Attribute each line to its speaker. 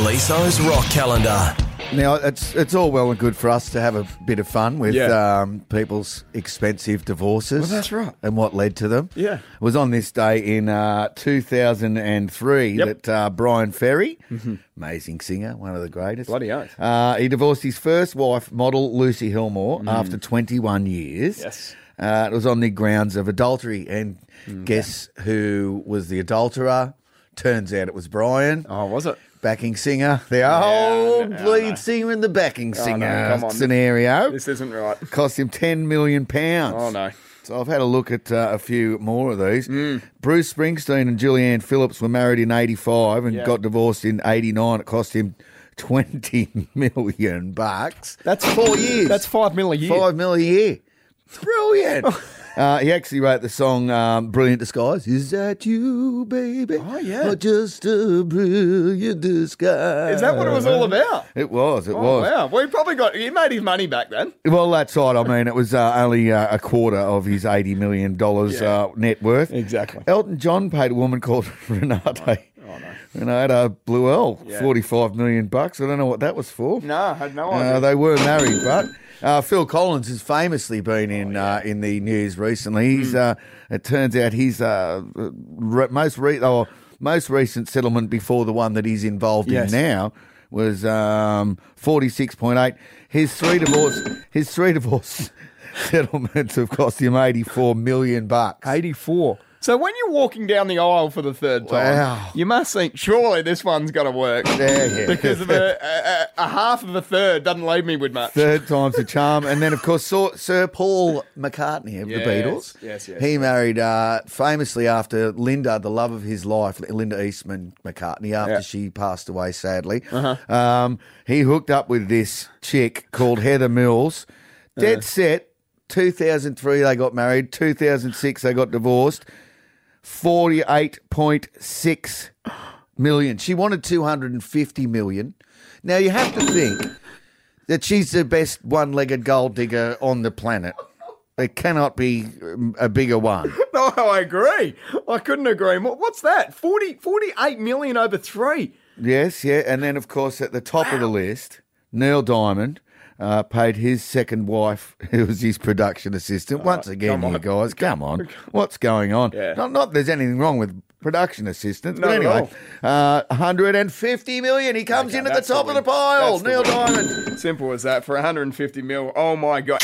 Speaker 1: Miso's Rock Calendar.
Speaker 2: Now it's it's all well and good for us to have a bit of fun with
Speaker 3: Yeah.
Speaker 2: um, people's expensive divorces.
Speaker 3: Well, that's right.
Speaker 2: And what led to them?
Speaker 3: Yeah.
Speaker 2: it was on this day in uh, 2003
Speaker 3: Yep. Mm-hmm.
Speaker 2: that uh, Brian Ferry, amazing singer, one of the greatest,
Speaker 3: Bloody oath.
Speaker 2: uh, he divorced his first wife, model Lucy Hillmore, after 21 years.
Speaker 3: Mm. Yes. Mm.
Speaker 2: Uh, it was on the grounds of adultery, and guess who was the adulterer? Turns out it was Brian
Speaker 3: Oh, was it?
Speaker 2: backing singer, the
Speaker 3: no,
Speaker 2: old
Speaker 3: no,
Speaker 2: lead
Speaker 3: no.
Speaker 2: singer and the backing singer
Speaker 3: Oh, come on.
Speaker 2: scenario.
Speaker 3: This isn't right.
Speaker 2: Cost him ten million pounds.
Speaker 3: Oh no. Mm.
Speaker 2: So I've had a look at uh, a few more of these. Bruce Springsteen and Julianne Phillips were married in '85 and
Speaker 3: Yeah.
Speaker 2: got divorced in '89. It cost him twenty million bucks.
Speaker 3: That's
Speaker 2: four years.
Speaker 3: That's five mil a year.
Speaker 2: Five mil a year. Brilliant. uh, he actually wrote the song um, Brilliant Disguise. Is that you, baby?
Speaker 3: Oh, yeah.
Speaker 2: Or just a brilliant disguise?
Speaker 3: Is that what it was all about?
Speaker 2: It was, it
Speaker 3: Oh
Speaker 2: was.
Speaker 3: wow. Well, he probably got. He made his money back then.
Speaker 2: Well, that's right. I mean, it was uh, only uh, a quarter of his $80 million
Speaker 3: Yeah.
Speaker 2: uh, net worth.
Speaker 3: Exactly.
Speaker 2: Elton John paid a woman called Renata. Oh, no. Renata Bluel,
Speaker 3: Yeah.
Speaker 2: 45 million bucks. I don't know what that was for.
Speaker 3: No, I had no idea.
Speaker 2: Uh, they were married, but uh, Phil Collins has famously been in
Speaker 3: Oh,
Speaker 2: uh, in the news recently.
Speaker 3: Hmm.
Speaker 2: He's uh, it turns out he's uh, re- most re- or most recent settlement before the one that he's involved
Speaker 3: Yes.
Speaker 2: in now was um, forty six point eight. His three divorce his three divorce settlements have cost him eighty four million bucks.
Speaker 3: 84. So when you're walking down the aisle for the third time,
Speaker 2: Wow.
Speaker 3: you must think, surely this one's got to work.
Speaker 2: Yeah, yeah.
Speaker 3: Because of a, a, a half of a third doesn't leave me with much.
Speaker 2: Third time's a charm. And then, of course, Sir, Sir Paul McCartney of
Speaker 3: Yes,
Speaker 2: the Beatles.
Speaker 3: yes, yes.
Speaker 2: He married uh, famously after Linda, the love of his life, Linda Eastman McCartney, after
Speaker 3: Yeah.
Speaker 2: she passed away, sadly. Um, he hooked up with this chick called Heather Mills. Dead set. 2003 they got married. 2006 they got divorced. 48.6 million. She wanted 250 million. Now you have to think that she's the best one-legged gold digger on the planet. There cannot be um, a bigger one.
Speaker 3: No, Oh, I agree. I couldn't agree more. What's that? 40, 48 million over three.
Speaker 2: yes, yeah, and then of course at the top of the list, Neil Diamond uh, paid his second wife, who was his production assistant. Once again,
Speaker 3: Oh, come on.
Speaker 2: you guys, come on, what's going on?
Speaker 3: Yeah.
Speaker 2: Not, not there's anything wrong with production assistants, but
Speaker 3: Not at
Speaker 2: anyway, uh, 150 million. He comes
Speaker 3: Okay,
Speaker 2: in at the
Speaker 3: that's the
Speaker 2: top of the
Speaker 3: win.
Speaker 2: pile,
Speaker 3: That's the
Speaker 2: Neil
Speaker 3: win.
Speaker 2: Diamond.
Speaker 3: Simple as that. For 150 mil. Oh my God.